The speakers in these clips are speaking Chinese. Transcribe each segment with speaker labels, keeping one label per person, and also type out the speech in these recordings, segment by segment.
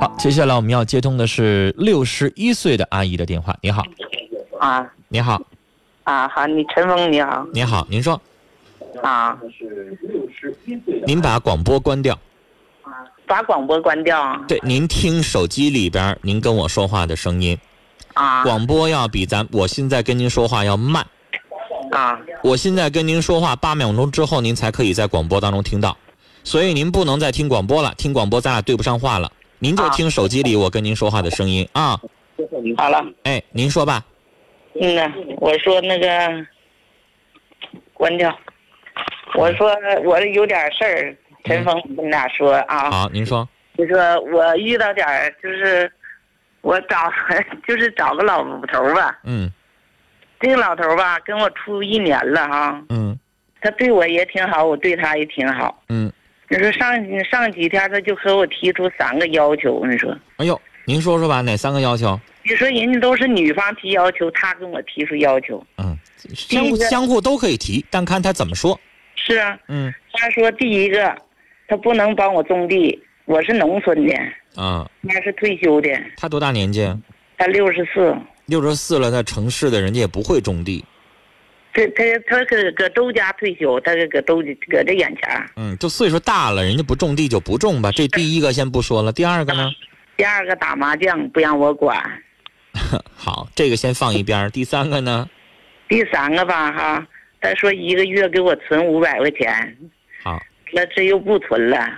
Speaker 1: 好，接下来我们要接通的是六十一岁的阿姨的电话。你好，
Speaker 2: 啊
Speaker 1: 你好，
Speaker 2: 啊，好，你陈峰你好
Speaker 1: 你好，您说，
Speaker 2: 啊，
Speaker 1: 您把广播关掉。
Speaker 2: 把广播关掉啊
Speaker 1: 对，您听手机里边儿您跟我说话的声音，
Speaker 2: 啊
Speaker 1: 广播要比咱我现在跟您说话要慢。
Speaker 2: 啊
Speaker 1: 我现在跟您说话八秒钟之后，您才可以在广播当中听到，所以您不能再听广播了，听广播咱俩对不上话了。您就
Speaker 2: 啊
Speaker 1: 听手机里我跟您说话的声音啊，
Speaker 2: 好了，
Speaker 1: 哎，您说吧，
Speaker 2: 嗯呐，我说那个关掉，我说我有点事儿，陈峰跟你俩说啊，
Speaker 1: 嗯好，您说，
Speaker 2: 就说我遇到点儿就是我找 就是找个老头儿吧，
Speaker 1: 嗯
Speaker 2: 这个老头儿吧跟我处一年了啊，
Speaker 1: 嗯
Speaker 2: 他对我也挺好，我对他也挺好。
Speaker 1: 嗯，
Speaker 2: 你说上上几天他就和我提出三个要求，你说。
Speaker 1: 哎呦，您说说吧，哪三个要求？
Speaker 2: 你说人家都是女方提要求，他跟我提出要求，
Speaker 1: 嗯，相互
Speaker 2: 第一个
Speaker 1: 相互都可以提，但看他怎么说。
Speaker 2: 是啊。
Speaker 1: 嗯
Speaker 2: 他说第一个，他不能帮我种地，我是农村的，
Speaker 1: 啊，
Speaker 2: 他是退休的，
Speaker 1: 他多大年纪啊？
Speaker 2: 他六十四，
Speaker 1: 六十四了，在城市的人家也不会种地。
Speaker 2: 这他他搁搁周家退休，他搁周搁这眼前儿。
Speaker 1: 嗯，就岁数大了，人家不种地就不种吧。这第一个先不说了，第二个
Speaker 2: 啊
Speaker 1: 呢？
Speaker 2: 第二个打麻将不让我管，
Speaker 1: 好，这个先放一边儿。第三个呢？
Speaker 2: 第三个吧哈，他说一个月给我存五百块钱，
Speaker 1: 好，
Speaker 2: 那这又不存了，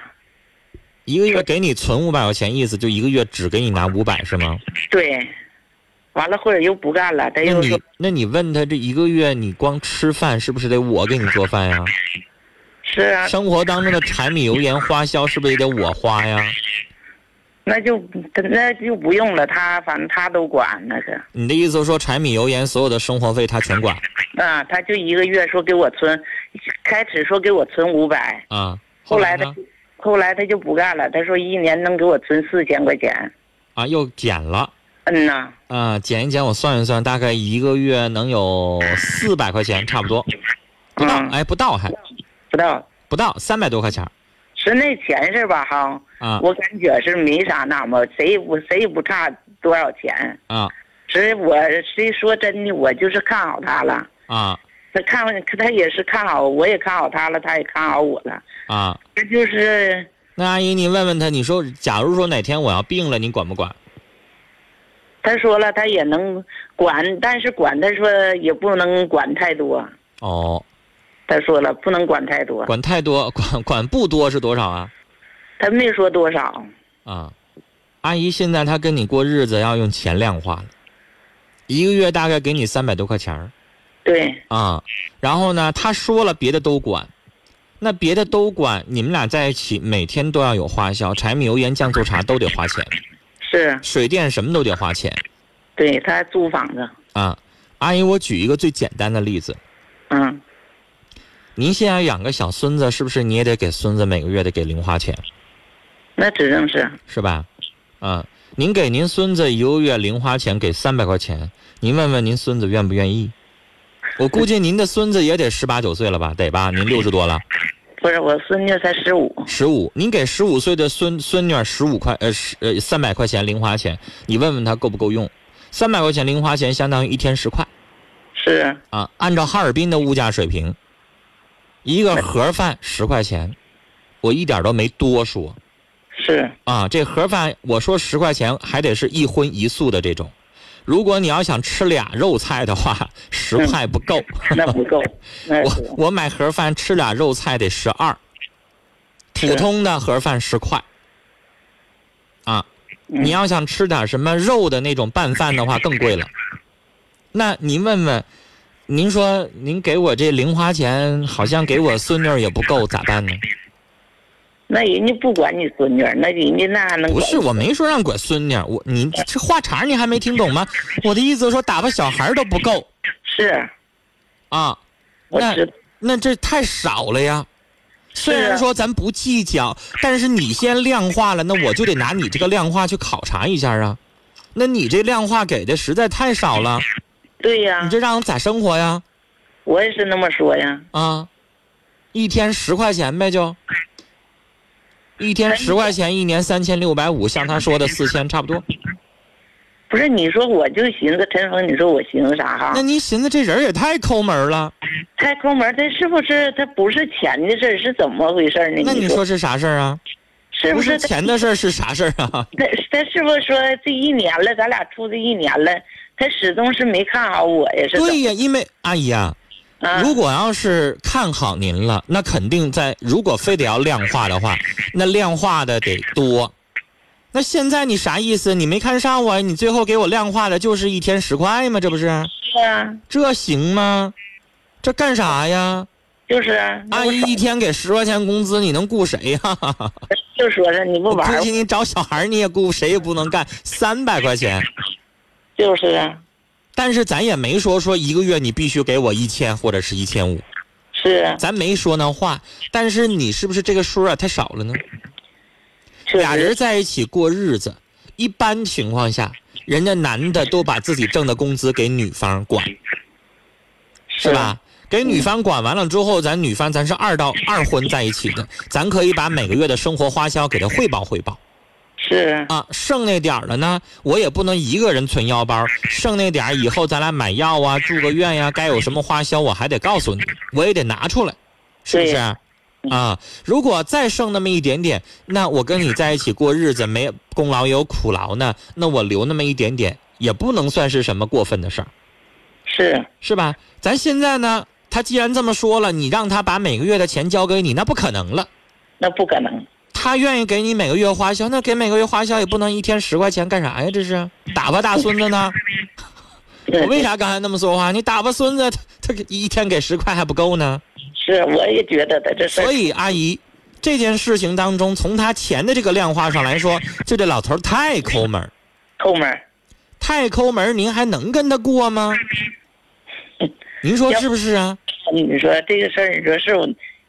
Speaker 1: 一个月给你存五百块钱，意思就一个月只给你拿五百是吗？
Speaker 2: 对，完了或者又不干了，他
Speaker 1: 那
Speaker 2: 又
Speaker 1: 你
Speaker 2: 说
Speaker 1: 那你问他这一个月你光吃饭是不是得我给你做饭呀？
Speaker 2: 是啊，
Speaker 1: 生活当中的柴米油盐花销是不是也得我花呀？
Speaker 2: 那就那就不用了，他反正他都管那个。
Speaker 1: 你的意思说柴米油盐所有的生活费他全管
Speaker 2: 啊，他就一个月说给我存，开始说给我存五百，
Speaker 1: 啊？
Speaker 2: 后
Speaker 1: 来
Speaker 2: 来他
Speaker 1: 呢？
Speaker 2: 后来他就不干了，他说一年能给我存四千块钱。
Speaker 1: 啊，又减了
Speaker 2: 嗯呐，
Speaker 1: 啊，减一减，我算一算，大概一个月能有四百块钱，差不多，不到，
Speaker 2: 嗯，
Speaker 1: 哎，不到还
Speaker 2: 不到，
Speaker 1: 不到三百多块钱儿
Speaker 2: 是那钱是吧？哈，
Speaker 1: 啊
Speaker 2: 我感觉是没啥那么，谁也不谁也不差多少钱。
Speaker 1: 啊
Speaker 2: 实我谁说真的，我就是看好他了。
Speaker 1: 啊
Speaker 2: 他看他也是看好，我也看好他了，他也看好我了。
Speaker 1: 啊！
Speaker 2: 这就是
Speaker 1: 那阿姨，您问问他，你说，假如说哪天我要病了，你管不管？
Speaker 2: 他说了，他也能管，但是管他说也不能管太多。
Speaker 1: 哦，
Speaker 2: 他说了，不能管太多。
Speaker 1: 管太多，管管不多是多少啊？
Speaker 2: 他没说多少，
Speaker 1: 啊，阿姨，现在她跟你过日子要用钱量化了，一个月大概给你三百多块钱儿
Speaker 2: 对，
Speaker 1: 啊。然后呢，她说了别的都管，那别的都管，你们俩在一起每天都要有花销，柴米油盐酱醋茶都得花钱，
Speaker 2: 是
Speaker 1: 水电什么都得花钱
Speaker 2: 对他租房子，
Speaker 1: 啊。阿姨，我举一个最简单的例子，
Speaker 2: 嗯，
Speaker 1: 您现在养个小孙子，是不是你也得给孙子每个月得给零花钱，
Speaker 2: 那指定是
Speaker 1: 是吧？啊，您给您孙子一个月零花钱给三百块钱，您问问您孙子愿不愿意？我估计您的孙子也得十八九岁了吧，得吧？您六十多了，
Speaker 2: 不是我孙女才十五，
Speaker 1: 十五，您给十五岁的孙孙女十五块呃十呃三百块钱零花钱，你问问他够不够用？三百块钱零花钱相当于一天十块
Speaker 2: 是
Speaker 1: 啊，按照哈尔滨的物价水平，一个盒饭十块钱，我一点都没多说。
Speaker 2: 是
Speaker 1: 啊，这盒饭我说十块钱，还得是一荤一素的这种。如果你要想吃俩肉菜的话，十块不够。
Speaker 2: 那不 够，那是
Speaker 1: 我我买盒饭吃俩肉菜得十二，普通的盒饭十块。啊，
Speaker 2: 嗯
Speaker 1: 你要想吃点什么肉的那种拌饭的话，更贵了。那您问问，您说您给我这零花钱，好像给我孙女儿也不够，咋办 呢？
Speaker 2: 那人家不管你孙女儿，那人家那还能
Speaker 1: 不
Speaker 2: 管
Speaker 1: 是，我没说让管孙女儿，我你这话茬儿你还没听懂吗？我的意思是说，打发小孩儿都不够
Speaker 2: 是，
Speaker 1: 啊，
Speaker 2: 我
Speaker 1: 那
Speaker 2: 知
Speaker 1: 那这太少了呀。虽
Speaker 2: 是
Speaker 1: 然
Speaker 2: 啊
Speaker 1: 说咱不计较，但是你先量化了，那我就得拿你这个量化去考察一下啊。那你这量化给的实在太少了，
Speaker 2: 对呀、
Speaker 1: 你这让我咋生活呀？
Speaker 2: 我也是那么说呀，
Speaker 1: 啊，一天十块钱呗就。一天十块钱，一年三千六百五，像他说的四千差不
Speaker 2: 哎
Speaker 1: 多。
Speaker 2: 不是你说我就寻思陈峰，你说我寻思啥哈？
Speaker 1: 那您寻思这人也太抠门了，
Speaker 2: 开抠门，他是不是他不是钱的事儿，是怎么回事儿呢？
Speaker 1: 那你
Speaker 2: 说
Speaker 1: 说是啥事儿啊？
Speaker 2: 哎是
Speaker 1: 不
Speaker 2: 是
Speaker 1: 是
Speaker 2: 他？
Speaker 1: 钱的事儿是啥事儿啊？
Speaker 2: 他他是不是说这一年了，咱俩处这一年了，他始终是没看好我呀？是怎
Speaker 1: 对呀，因为阿姨啊，
Speaker 2: 啊，
Speaker 1: 如果要是看好您了，那肯定在。如果非得要量化的话，那量化的得多。那现在你啥意思？你没看上我，你最后给我量化的就是一天十块吗？这不是？
Speaker 2: 是啊，
Speaker 1: 这行吗？这干啥呀？
Speaker 2: 就是啊，那
Speaker 1: 阿
Speaker 2: 不
Speaker 1: 姨一天给十块钱工资，你能雇谁呀、
Speaker 2: 就说了你不
Speaker 1: 我
Speaker 2: 玩儿
Speaker 1: 估，计你找小孩儿你也雇谁也不能干三百块钱。
Speaker 2: 就是啊，
Speaker 1: 但是咱也没说说一个月你必须给我一千或者是一千五，
Speaker 2: 是啊，
Speaker 1: 咱没说那话。但是你是不是这个数啊太少了呢？
Speaker 2: 确
Speaker 1: 俩
Speaker 2: 实
Speaker 1: 人在一起过日子，一般情况下，人家男的都把自己挣的工资给女方管，是
Speaker 2: 是？啊
Speaker 1: 吧？给女方管完了之后，咱女方咱是二到二婚在一起的，咱可以把每个月的生活花销给她汇报汇报
Speaker 2: 是啊，
Speaker 1: 啊。剩那点儿了呢，我也不能一个人存腰包，剩那点儿以后咱俩买药啊、住个院呀、该有什么花销我还得告诉你，我也得拿出来，是不
Speaker 2: 对
Speaker 1: 是？啊，如果再剩那么一点点，那我跟你在一起过日子，没功劳也有苦劳呢，那我留那么一点点，也不能算是什么过分的事儿，
Speaker 2: 是啊
Speaker 1: 是吧？咱现在呢，他既然这么说了，你让他把每个月的钱交给你，那不可能了。
Speaker 2: 那不可能，
Speaker 1: 他愿意给你每个月花销，那给每个月花销也不能一天十块钱干啥呀？这是打发大孙子呢？我为啥刚才那么说话？你打发孙子，他他给一天给十块还不够呢？
Speaker 2: 是啊我也觉得的这事儿
Speaker 1: 所以阿姨，这件事情当中，从他钱的这个量化上来说，就这老头儿太抠门儿，
Speaker 2: 抠门儿，
Speaker 1: 太抠门儿，您还能跟他过吗？您说是不是啊？
Speaker 2: 你说这个事儿，你说是我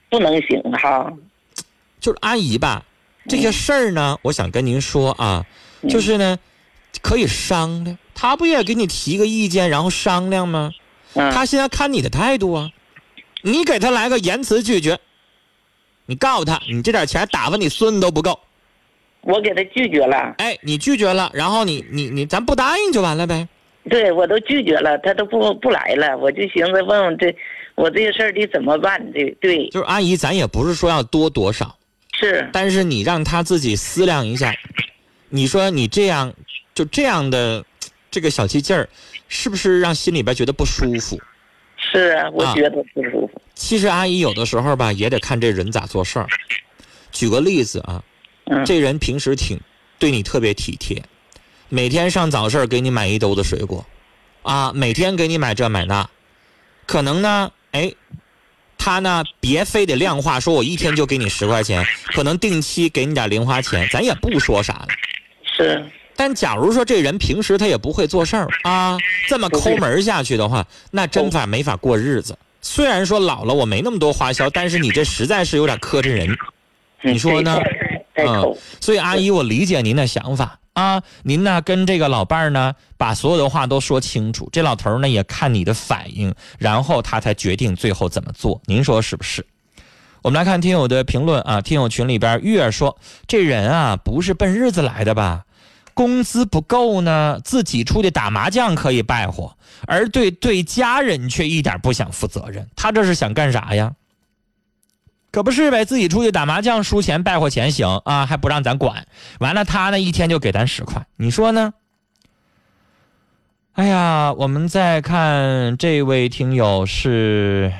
Speaker 2: 不能行哈？
Speaker 1: 就是阿姨吧，这些事儿呢，我想跟您说啊，就是呢，可以商量。他不也给你提个意见，然后商量吗？
Speaker 2: 嗯，
Speaker 1: 他现在看你的态度啊，你给他来个言辞拒绝，你告诉他，你这点钱打发你孙子都不够。
Speaker 2: 我给他拒绝了，
Speaker 1: 哎，你拒绝了，然后你你你，咱不答应就完了呗。
Speaker 2: 对我都拒绝了，他都不不来了，我就寻思问问这我这个事儿得怎么办？对对，
Speaker 1: 就是阿姨，咱也不是说要多多少，
Speaker 2: 是
Speaker 1: 但是你让他自己思量一下，你说你这样就这样的这个小气劲儿，是不是让心里边觉得不舒服？
Speaker 2: 是啊，我
Speaker 1: 啊
Speaker 2: 觉得不舒服，
Speaker 1: 其实阿姨有的时候吧，也得看这人咋做事儿。举个例子啊，
Speaker 2: 嗯，
Speaker 1: 这人平时挺对你特别体贴，每天上早市儿给你买一兜子水果，啊，每天给你买这买那，可能呢，哎，他呢别非得量化，说我一天就给你十块钱，可能定期给你点零花钱，咱也不说啥了。
Speaker 2: 是嗯
Speaker 1: 但假如说这人平时他也不会做事儿啊，这么抠门儿下去的话，那真法没法过日子。虽然说老了我没那么多花销，但是你这实在是有点磕碜人。你说呢？
Speaker 2: 太抠
Speaker 1: 嗯，所以阿姨，我理解您的想法啊。您呢跟这个老伴儿呢，把所有的话都说清楚。这老头儿呢也看你的反应，然后他才决定最后怎么做。您说是不是？我们来看听友的评论啊，听友群里边月儿说，这人啊不是奔日子来的吧？工资不够呢，自己出去打麻将可以败火，而对对家人却一点不想负责任。他这是想干啥呀？可不是呗，自己出去打麻将输钱败坏钱行啊，还不让咱管。完了，他呢一天就给咱十块，你说呢？哎呀，我们再看这位听友是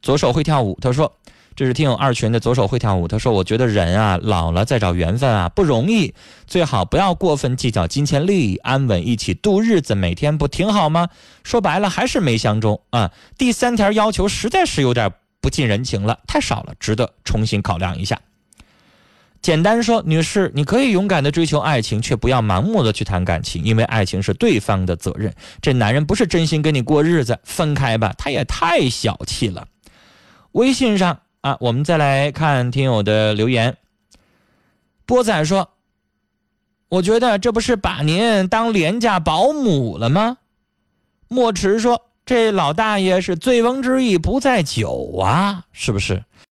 Speaker 1: 左手会跳舞，他说这是听友二群的左手会跳舞，他说我觉得人啊老了再找缘分啊不容易，最好不要过分计较金钱利益，安稳一起度日子，每天不挺好吗？说白了还是没相中啊。第三条要求实在是有点不近人情了，太少了，值得重新考量一下。简单说，女士，你可以勇敢的追求爱情，却不要盲目的去谈感情，因为爱情是对方的责任。这男人不是真心跟你过日子，分开吧，他也太小气了。微信上啊，我们再来看听友的留言。波仔说：“我觉得这不是把您当廉价保姆了吗？”莫池说：“这老大爷是醉翁之意不在酒啊，是不是？”